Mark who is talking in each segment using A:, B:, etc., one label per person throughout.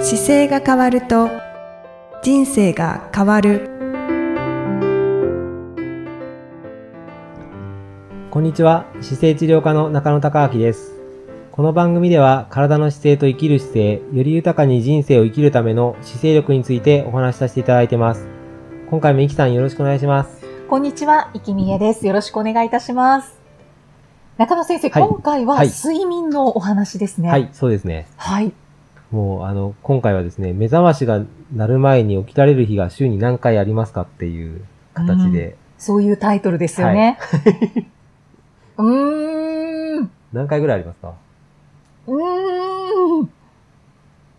A: 姿勢が変わると人生が変わる
B: こんにちは姿勢治療科の中野孝明ですこの番組では体の姿勢と生きる姿勢より豊かに人生を生きるための姿勢力についてお話しさせていただいてます今回もイキさんよろしくお願いします
C: こんにちは、いきみえです。よろしくお願いいたします。中野先生、
B: はい
C: 今回は
B: はい
C: 睡眠のお話ですね。
B: は。いそうですね
C: はい。
B: もうあの今回はですね目覚ましが鳴る前に起きられる日が週に何回ありますかっていう形で、
C: そういうタイトルですよね。 うーん。
B: 何回ぐらいありますか
C: うーん。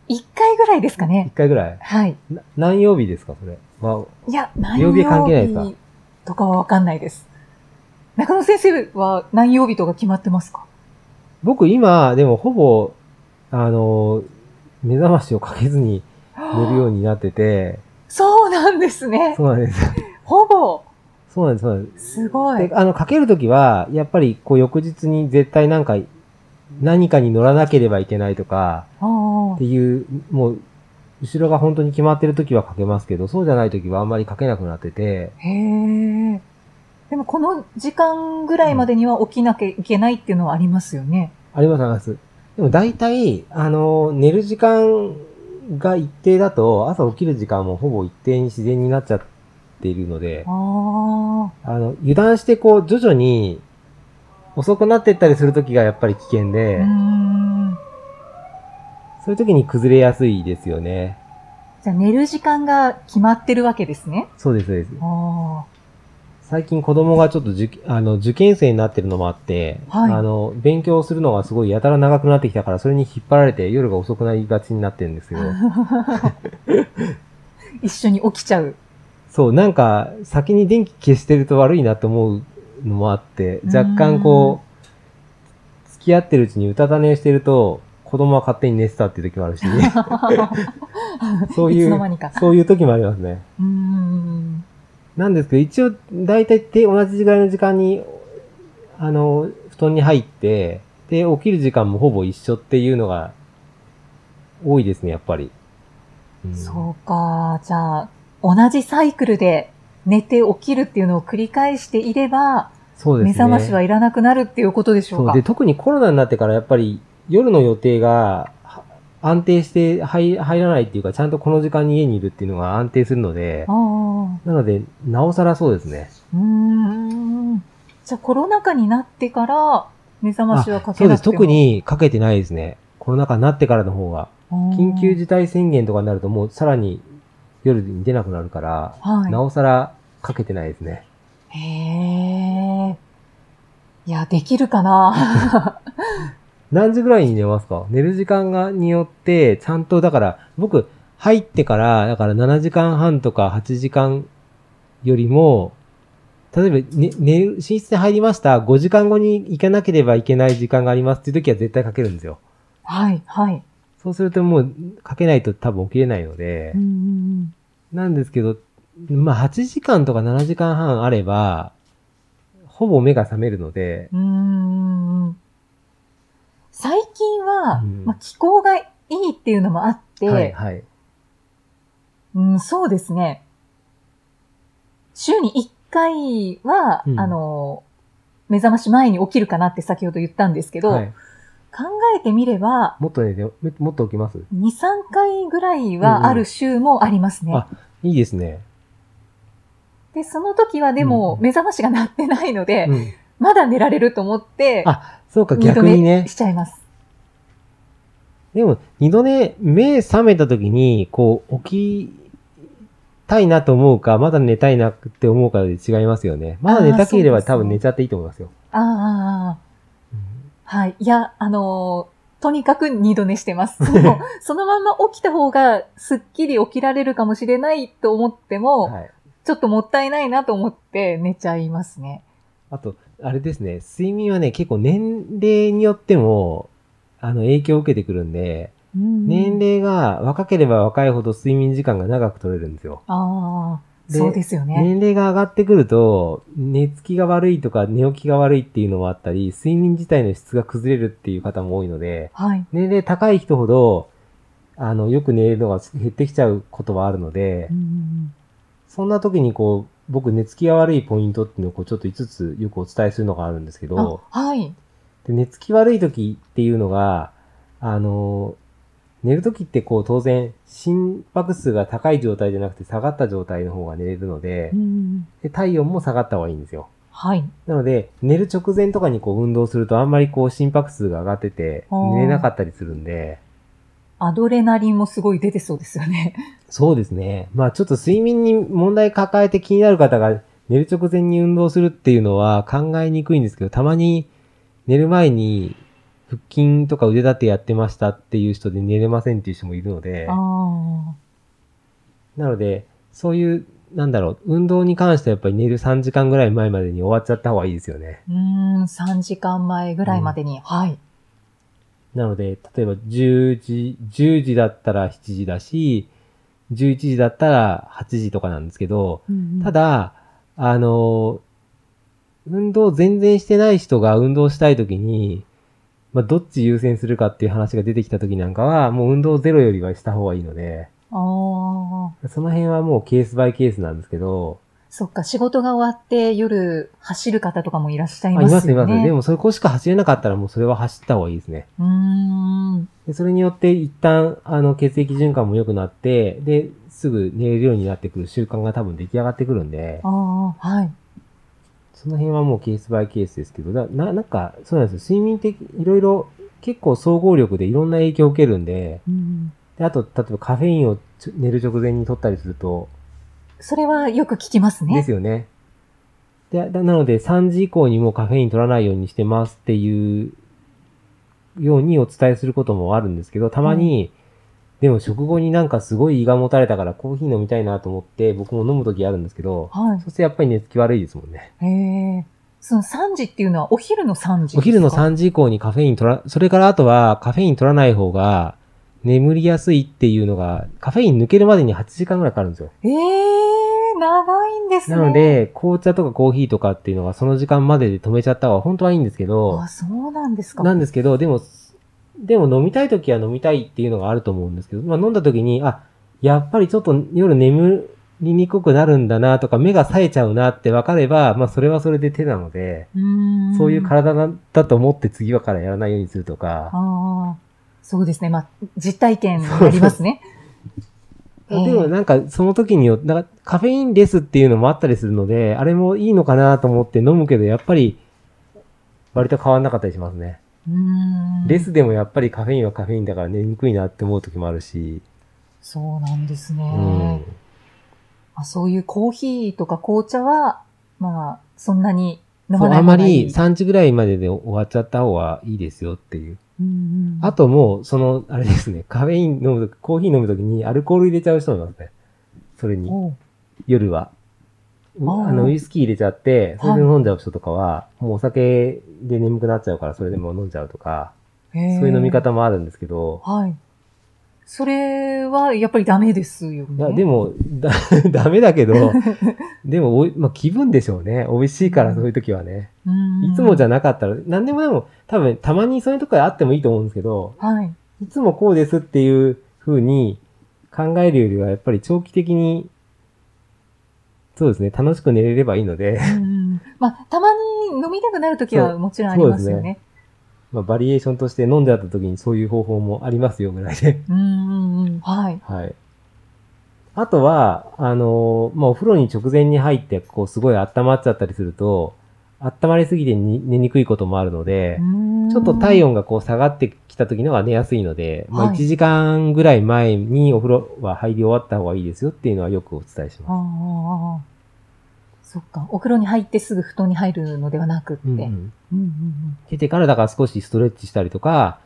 C: 一回ぐらいですか
B: ?1
C: ね。
B: 回ぐらい
C: はい。
B: な何曜日ですかそれは、
C: いや、何
B: 曜
C: 曜
B: 日は関係ないですか
C: 日とかはわかんないです。中野先生は何曜日とか決まってますか
B: 僕今、でもほぼ、あの、目覚ましをかけずに寝るようになってて、
C: そうなんですね。
B: そうなんです。
C: ほぼ。
B: そうなんです、そうなんです
C: ごい
B: す。で、。あの、かけるときは、やっぱり、こう、翌日に絶対なんか、何かに乗らなければいけないとか、
C: お
B: っ
C: ー
B: ていう、もう、後ろが本当に決まってるときはかけますけど、そうじゃないときはあんまりかけなくなってて、
C: へえ。でもこの時間ぐらいまでには起きなきゃいけないっていうのはありますよね。
B: あります、あります。でも大体、あの、寝る時間が一定だと、朝起きる時間もほぼ一定に自然になっちゃっているので、
C: ああ。
B: あの、油断してこう、徐々に遅くなっていったりするときがやっぱり危険で、
C: うーん。
B: そういうときに崩れやすいですよね。
C: じゃあ寝る時間が決まってるわけですね。
B: そうです、そうです。
C: あ
B: 最近子供がちょっと受あの受験生になってるのもあって、
C: はい
B: あの、勉強するのがすごいやたら長くなってきたから、それに引っ張られて夜が遅くなりがちになってるんですけど、
C: あ。一緒に起きちゃう。
B: そう、なんか、先に電気消してると悪いなと思うのもあって、
C: うん
B: 若干こう、付き合ってるうちにうたた寝してると、子供は勝手に寝てたっていう時もある し、 そうい
C: つ
B: う
C: の間にか。
B: そういう時もありますね。
C: うーん。
B: なんですけど、一応、だいたいで同じぐらいの時間に、あの、布団に入って、で、起きる時間もほぼ一緒っていうのが、多いですね、やっぱり。うん
C: そうか。じゃあ、同じサイクルで寝て起きるっていうのを繰り返していれば、
B: そうですね。
C: 目覚ましはいらなくなるっていうことでしょう
B: そう
C: か。
B: で、特にコロナになってからやっぱり夜の予定がは安定して入入らないっていうか、ちゃんとこの時間に家にいるっていうのが安定するので
C: あ、あ。
B: なので、なおさらそうですね。
C: うーん。じゃあコロナ禍になってから目覚ましはか
B: そ
C: け
B: う
C: な
B: で
C: く
B: す。
C: ても
B: 特にかけてないですね。コロナ禍になってからの方が。緊急事態宣言とかになるともうさらに夜に出なくなるから、
C: はい
B: なおさらかけてないですね。
C: 態。へえ。いや、できるかな
B: 何時ぐらいに寝ますか寝る時間がによって、ちゃんと、だから、僕、入ってから、だから7時間半とか8時間よりも、例えば、ね、寝る、寝室に入りました、5時間後に行かなければいけない時間がありますっていう時は絶対かけるんですよ。
C: はい、はい。
B: そうするともう、かけないと多分起きれないので、
C: うんうん
B: なんですけど、まあ8時間とか7時間半あれば、ほぼ目が覚めるので、
C: うんうーん最近は、
B: うん
C: まあ、気候がいいっていうのもあって、
B: はいはい。
C: うん、そうですね。週に1回は、
B: うん
C: あの、目覚まし前に起きるかなって先ほど言ったんですけど、
B: はい、
C: 考えてみれば、
B: もっと寝て、もっと起きます
C: 2、3回ぐらいはある週もありますね。
B: うんうんあいいですね。
C: で、その時はで
B: うん
C: も
B: うん
C: 目覚ましが鳴ってないので、
B: うん。
C: まだ寝られると思って、
B: あそうか、
C: 二度
B: 逆に
C: 寝
B: ね
C: し。ちゃいます。
B: でも、二度寝、目覚めた時に、こう、起きたいなと思うか、まだ寝たいなって思うかで違いますよね。まだ寝たけれ
C: あ
B: ば
C: ーそ
B: 多
C: うですね
B: 分寝ちゃっていいと思いますよ。
C: ああ、はい。いや、あのーとにかく二度寝して ます。もうそのまんま起きた方がすっきり起きられるかもしれないと思っても、
B: はい。
C: ちょっともったいないなと思って寝ちゃいますね。
B: あと、あれですね、睡眠はね、結構年齢によっても、あの、影響を受けてくるんで、年齢が若ければ若いほど睡眠時間が長く取れるんですよ。
C: ああ、
B: で
C: そうですよね。
B: 年齢が上がってくると、寝つきが悪いとか寝起きが悪いっていうのもあったり、睡眠自体の質が崩れるっていう方も多いので、
C: はい。
B: 年齢高い人ほど、あの、よく寝るのが減ってきちゃうことはあるので、
C: うん
B: そんな時にこう、僕寝つきが悪いポイントっていうのをこうちょっと5つよくお伝えするのがあるんですけ
C: うんうん
B: ど、
C: あ、はい。
B: で寝つき悪い時っていうのが、あの、寝る時ってこう当然心拍数が高い状態じゃなくて下がった状態の方が寝れるので
C: うんう、ん
B: で体温も下がった方がいいんですよ。
C: はい。
B: なので、寝る直前とかにこう運動するとあんまりこう心拍数が上がってて
C: あー
B: 寝れなかったりするんで、
C: アドレナリンもすごい出てそうですよね。
B: そうですね。まあちょっと睡眠に問題抱えて気になる方が寝る直前に運動するっていうのは考えにくいんですけど、たまに寝る前に腹筋とか腕立てやってましたっていう人で寝れませんっていう人もいるので、
C: あ
B: なので、そういう、なんだろう、運動に関してはやっぱり寝る3時間ぐらい前までに終わっちゃった方がいいですよね。
C: あ。うーん、3時間前ぐらいまでに。はい。
B: なので、例えば10時、10時だったら7時だし、11時だったら8時とかなんですけど、た
C: だ、
B: だ、あの、運動全然してない人が運動したいときに、まあ、どっち優先するかっていう話が出てきたときなんかは、もう運動ゼロよりはした方がいいので、
C: ああ。
B: その辺はもうケースバイケースなんですけど、
C: そっか、仕事が終わって夜走る方とかもいらっしゃい
B: あ
C: ますよね。
B: でもそれこしか走れなかったらもうそれは走った方がいいですね。
C: うーん。
B: でそれによって一旦、あの、血液循環も良くなって、で、すぐ寝れるようになってくる習慣が多分出来上がってくるんで、
C: ああ、はい。
B: その辺はもうケースバイケースですけど、だな、なんか、そうなんですよ。睡眠的、いろいろ、結構総合力でいろんな影響を受けるんで、
C: うん
B: であと、例えばカフェインをちょ寝る直前に取ったりすると、
C: それはよく聞きますね。
B: ですよね。で、だなので、3時以降にもうカフェイン取らないようにしてますっていう、ようにお伝えすることもあるんですけど、たまに、でも食後になんかすごい胃がもたれたからコーヒー飲みたいなと思って、僕も飲むときあるんですけど、
C: は
B: そしてやっぱり寝つき悪いですもんね。
C: い。へえ。その3時っていうのはお昼の3時ですか
B: お昼の3時以降にカフェイン取ら、それからあとはカフェイン取らない方が眠りやすいっていうのが、カフェイン抜けるまでに8時間ぐらいかかるんですよ。
C: ええ、長いんですね。
B: なの、で、紅茶とかコーヒーとかっていうのがその時間までで止めちゃった方が本当はいいんですけど
C: あ、、そうなんですか。
B: なんですけど、でも、でも飲みたい時は飲みたいっていうのがあると思うんですけど、まあ飲んだ時に、あ、やっぱりちょっと夜眠りにくくなるんだなとか、目が冴えちゃうなって分かれば、まあそれはそれで手なので、
C: うーん
B: そういう体だだと思って次はからやらないようにするとか、
C: ああ。そうですね。まあ、実体験になります ね。
B: でもなんか、その時によなんかカフェインレスっていうのもあったりするので、あれもいいのかなと思って飲むけど、やっぱり、割と変わんなかったりしますね。
C: うーん。
B: レスでもやっぱりカフェインはカフェインだから寝にくいなって思う時もあるし、
C: そうなんです
B: う
C: ね
B: ん。。
C: まあ、そういうコーヒーとか紅茶は、まあ、そんなに
B: そ
C: 飲ま
B: う
C: ない
B: あ
C: 方
B: ま
C: がいい。
B: り3時ぐらいまでで終わっちゃった方がいいですよっていう。
C: うんうん
B: あともう、その、あれですね、カフェイン飲むとき、コーヒー飲むときにアルコール入れちゃう人もいますね。それに、
C: おう
B: 夜は。う
C: あー
B: あの、ウイスキー入れちゃって、それで飲んじゃう人とかは、もうお酒で眠くなっちゃうから、それでもう飲んじゃうとか、
C: そう
B: そういう飲み。方もあるんですけど、
C: はい。それはやっぱりダメですよ
B: い
C: ね。
B: や、でも、だ、 ダメだけ ど、でもおい、まあ、気分でしょうね。美味しいから、そういう時はね。
C: うんうん、
B: いつもじゃ
C: な
B: なかったら、なんでもでも、多分、たまにそういうとこであってもいいと思うんですけど、
C: はい。
B: いつもこうですっていう風に考えるよりは、やっぱり長期的に、そうですね、楽しく寝れればいいので、
C: うんうんまあ、たまに飲みたくなるとき
B: そ
C: は
B: う
C: もちろんありますよ
B: そうで
C: ね。
B: まあ、バリエーションとして飲んじゃった時にそういう方法もありますよぐらいで。
C: うんうんうん。はい。
B: はい。あとは、あのーまあ、お風呂に直前に入って、こう、すごい温まっちゃったりすると、温まりすぎてに寝にくいこともあるので、ち
C: ち
B: ょっと体
C: 温。
B: 温がこう下がってきた時のが寝やすいので、まあ、
C: はい
B: 1時間ぐらい前にお風呂は入り終わった方がいいですよっていうのはよくお伝えします。
C: ああ。そっか。お風呂に入ってすぐ布団に入るのではなくって。
B: う
C: うんん
B: う
C: うん
B: ん
C: うん
B: 出てからだから少しストレッチしたりとか、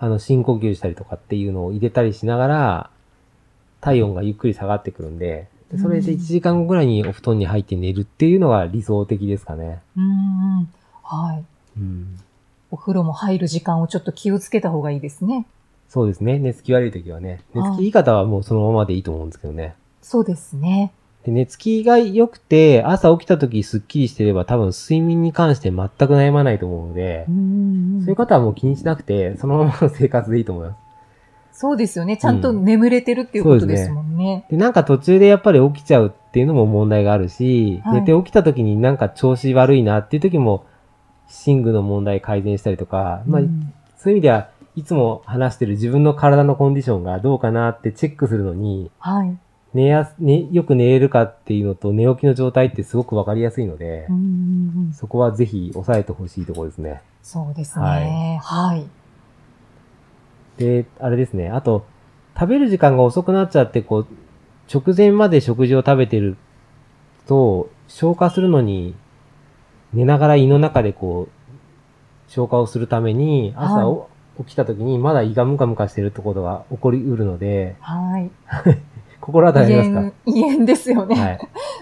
B: あの、深呼吸したりとかっていうのを入れたりしながら、体温がゆっくり下がってくるんで、でそれで1時間後ぐらいにお布団に入って寝るっていうのが理想的ですかね。
C: うんうん。はい。
B: うん。
C: お風呂も入る時間をちょっと気をつけた方がいいですね。
B: そうですね。寝つき悪い時はね。寝つ
C: は
B: き
C: い
B: いい方はもうそのままでいいと思うんですけどね。
C: そうですね。
B: で寝つきが良くて、朝起きた時スッキリしてれば多分睡眠に関して全く悩まないと思うので、
C: ん
B: そういう方はもう気にしなくて、そのままの生活でいいと思います。
C: そうですよね。ちゃんと眠れてるっていうことですもんね。
B: で、なんか途中でやっぱり起きちゃうっていうのも問題があるし、
C: はい
B: 寝て起きた時になんか調子悪いなっていう時も、寝具の問題改善したりとか、まあ、
C: うん
B: そういう意味では、いつも話してる自分の体のコンディションがどうかなってチェックするのに、
C: はい。
B: 寝やす、ね、よく寝れるかっていうのと寝起きの状態ってすごくわかりやすいので、
C: うんうんうん
B: そこはぜひ押さえてほしいところですね。
C: そうですね。はい。
B: で、あれですね。あと、食べる時間が遅くなっちゃって、こう、直前まで食事を食べてると、消化するのに、寝ながら胃の中でこう、消化をするために、朝
C: はい
B: お起きた時にまだ胃がムカムカしてるってことが起こりうるので、
C: はい。
B: 心当たりありま
C: 炎、胃炎ですよ
B: す
C: ね。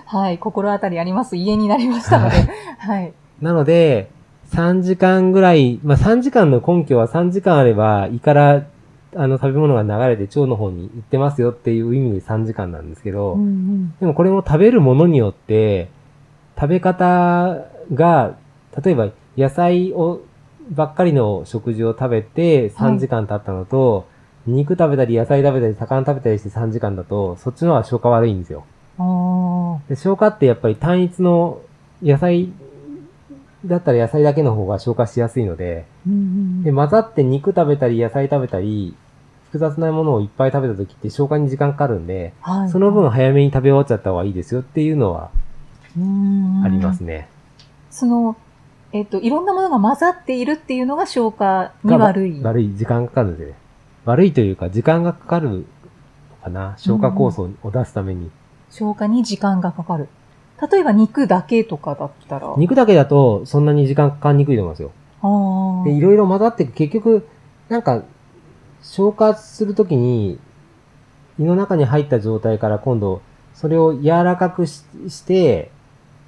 B: か
C: は、
B: はいい。
C: 心当たりあります。胃炎になりました ので。はい。
B: なので、3時間ぐらい、まあ、3時間の根拠は3時間あれば、胃から、あの、食べ物が流れて腸の方に行ってますよっていう意味で3時間なんですけど、
C: うんうん
B: でもこれも食べるものによって、食べ方が、例えば野菜を、ばっかりの食事を食べて
C: はい
B: 3時間経ったのと、肉食べたり野菜食べたり魚食べたりして3時間だと、そっちの方が消化悪いんですよ。
C: おー
B: で消化ってやっぱり単一の野菜だったら野菜だけの方が消化しやすいので、
C: うんうんう
B: で、
C: ん
B: 混ざって肉食べたり野菜食べたり、複雑なものをいっぱい食べた時って消化に時間かかるんで、
C: はい
B: その分早めに食べ終わっちゃった方がいいですよっていうのは
C: うん
B: ありますね。
C: その、えっ、と、いろんなものが混ざっているっていうのが消化に
B: がわ
C: 悪い。
B: 悪い、時間かかるんでね。悪いというか、時間がかかるのかな。消化酵素を出すために。
C: 消化に時間がかかる。例えば肉だけとかだったら。
B: 肉だけだと、そんなに時間かかりにくいと思いますよ。
C: あー
B: で、いろいろ混ざって、結局、なんか、消化するときに、胃の中に入った状態から今度、それを柔らかくしして、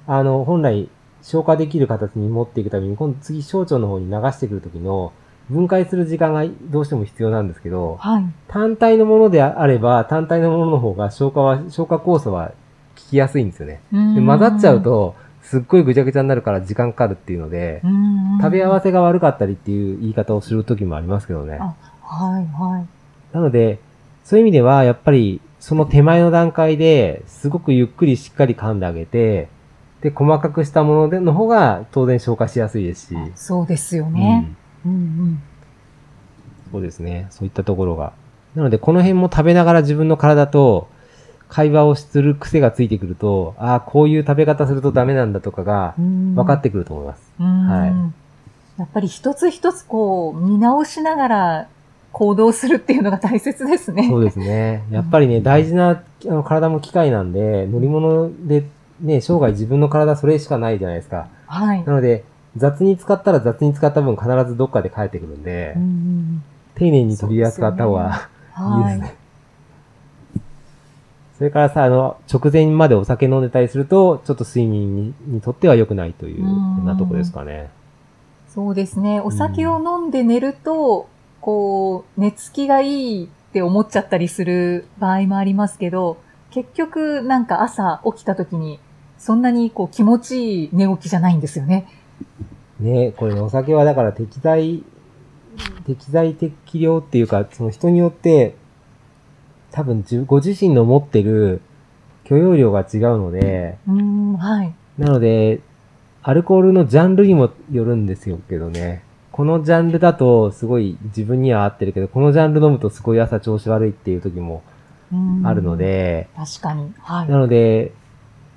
B: あの、本来、消化できる形に持っていくために、今度次、小腸の方に流してくるときの、分解する時間がどうしても必要なんですけど、
C: はい。
B: 単体のものであれば、単体のものの方が消化は、消化酵素は効きやすいんですよね。で
C: で
B: 混ざっちゃう、と、すっごいぐちゃぐちゃになるから時間かかるっていうので、食べ合わ
C: せ。
B: せが悪かったりっていう言い方をする時もありますけどね。
C: あはい、はい。
B: なので、そういう意味では、やっぱり、その手前の段階ですごくゆっくりしっかり噛んであげて、で、細かくしたものでの方が当然消化しやすいですし、
C: そうですよ
B: う
C: ね。
B: ん
C: うん、うん、
B: そうですね。そういったところが。なので、この辺も食べながら自分の体と会話をする癖がついてくると、ああ、こういう食べ方するとダメなんだとかが
C: うん。
B: 分かってくると思います。
C: うん
B: はい
C: やっぱり一つ一つこう、見直しながら行動するっていうのが大切ですね。
B: そう
C: で
B: ですね。やっぱりね、大事なあの体も機械なんで、乗り物でね、生涯自分の体それしかないじゃないですか。
C: す。はい。
B: なので、雑に使ったら雑に使った分必ずどっかで帰ってくるんで
C: うん、うん
B: 丁寧に取り扱った方が
C: うん
B: いい
C: は
B: です
C: い。
B: ね。それからさ、あの、直前までお酒飲んでたりすると、ちょっと睡眠ににとっては良くないという、
C: うん
B: そんなとこですかね。
C: そうですね。お酒を飲んで寝ると、こう、寝つきがいいって思っちゃったりする場合もありますけど、結局なんか朝起きた時に、そんなにこう気持ちいい寝起きじゃないんですよね。
B: ね、これね、お酒はだから適材、適材適量っていうか、その人によって、多分自ご自身の持ってる許容量が違うので、
C: うーん、はい。
B: なので、アルコールのジャンルにもよるんですよけどね。このジャンルだとすごい自分には合ってるけど、このジャンル飲むとすごい朝調子悪いっていう時も
C: うーん
B: あるの。で、
C: 確かに。はい。
B: なので、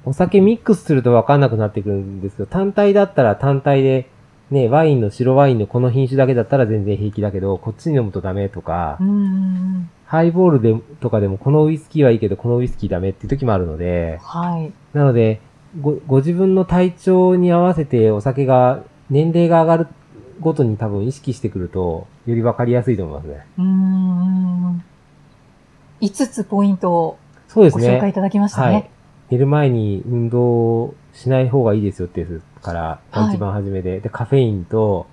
B: お酒ミックスすると分かんなくなってくるんですけど、単体だったら単体で、ね、ワインの白ワインのこの品種だけだったら全然平気だけど、こっちに飲むとダメとか
C: うー、ん、
B: ハイボールでとかでもこのウイスキーはいいけど、このウイスキーダメっていう時もあるので、
C: はい。
B: なので、ご、ご自分の体調に合わせてお酒が、年齢が上がるごとに多分意識してくると、より分かりやすいと思いますね。
C: うーん。5つポイントを
B: そうです
C: ご
B: ね。
C: 紹介いただきました
B: はい
C: ね。。
B: 寝る前に運動しない方がいいですよっていうから、
C: はい
B: 一番初めで。で、カフェインと、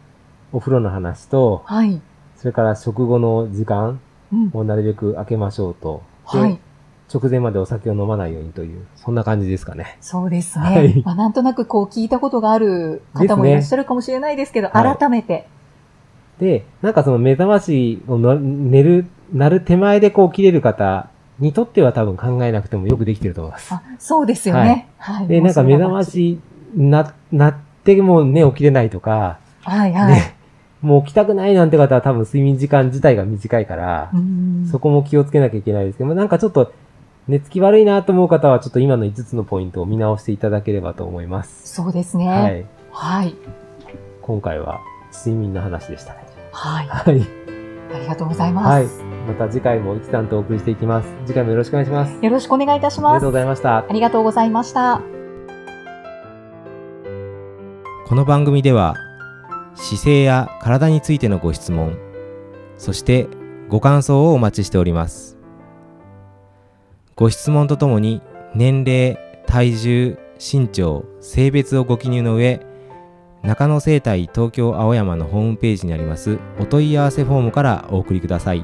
B: お風呂の話と、
C: はい。
B: それから食後の時間
C: うん。
B: をなるべく空けましょうと。で
C: はい。
B: 直前までお酒を飲まないようにという、そんな感じですかね。
C: そうですね。
B: はい
C: まあ、なんとなくこう聞いたことがある方もいらっしゃるかもしれないですけど、
B: ですねはい
C: 改めて。
B: で、なんかその目覚ましをの寝るなる手前でこう切れる方にとっては多分考えなくてもよくできてると思います。
C: あ、そうですよね。はい。
B: で、なんか目覚ま
C: し。
B: しな、なってもう寝起きれないとか、
C: はいはい。
B: ね、もう起きたくないなんて方は多分睡眠時間自体が短いから、
C: うん
B: そこも気をつけなきゃいけないですけど、まあなんかちょっと寝つき悪いなと思う方はちょっと今の5つのポイントを見直していただければと思います。
C: そうですね。
B: は
C: はい。
B: い。
C: はい。
B: 今回は睡眠の話でしたね。
C: あ
B: はい。
C: りがとうございます。
B: はい。また次回もいきさんとお送りしていきます。次回もよろしくお願いします。
C: よろしくお願いいたし
B: あり
C: ま
B: が
C: す
B: とうご。ざいました。
C: ありがとうございました。
D: この番組では姿勢や体についてのご質問そしてご感想をお待ちしておりますご質問とともに年齢体重身長性別をご記入の上中野生態東京青山のホームページにありますお問い合わせフォームからお送りください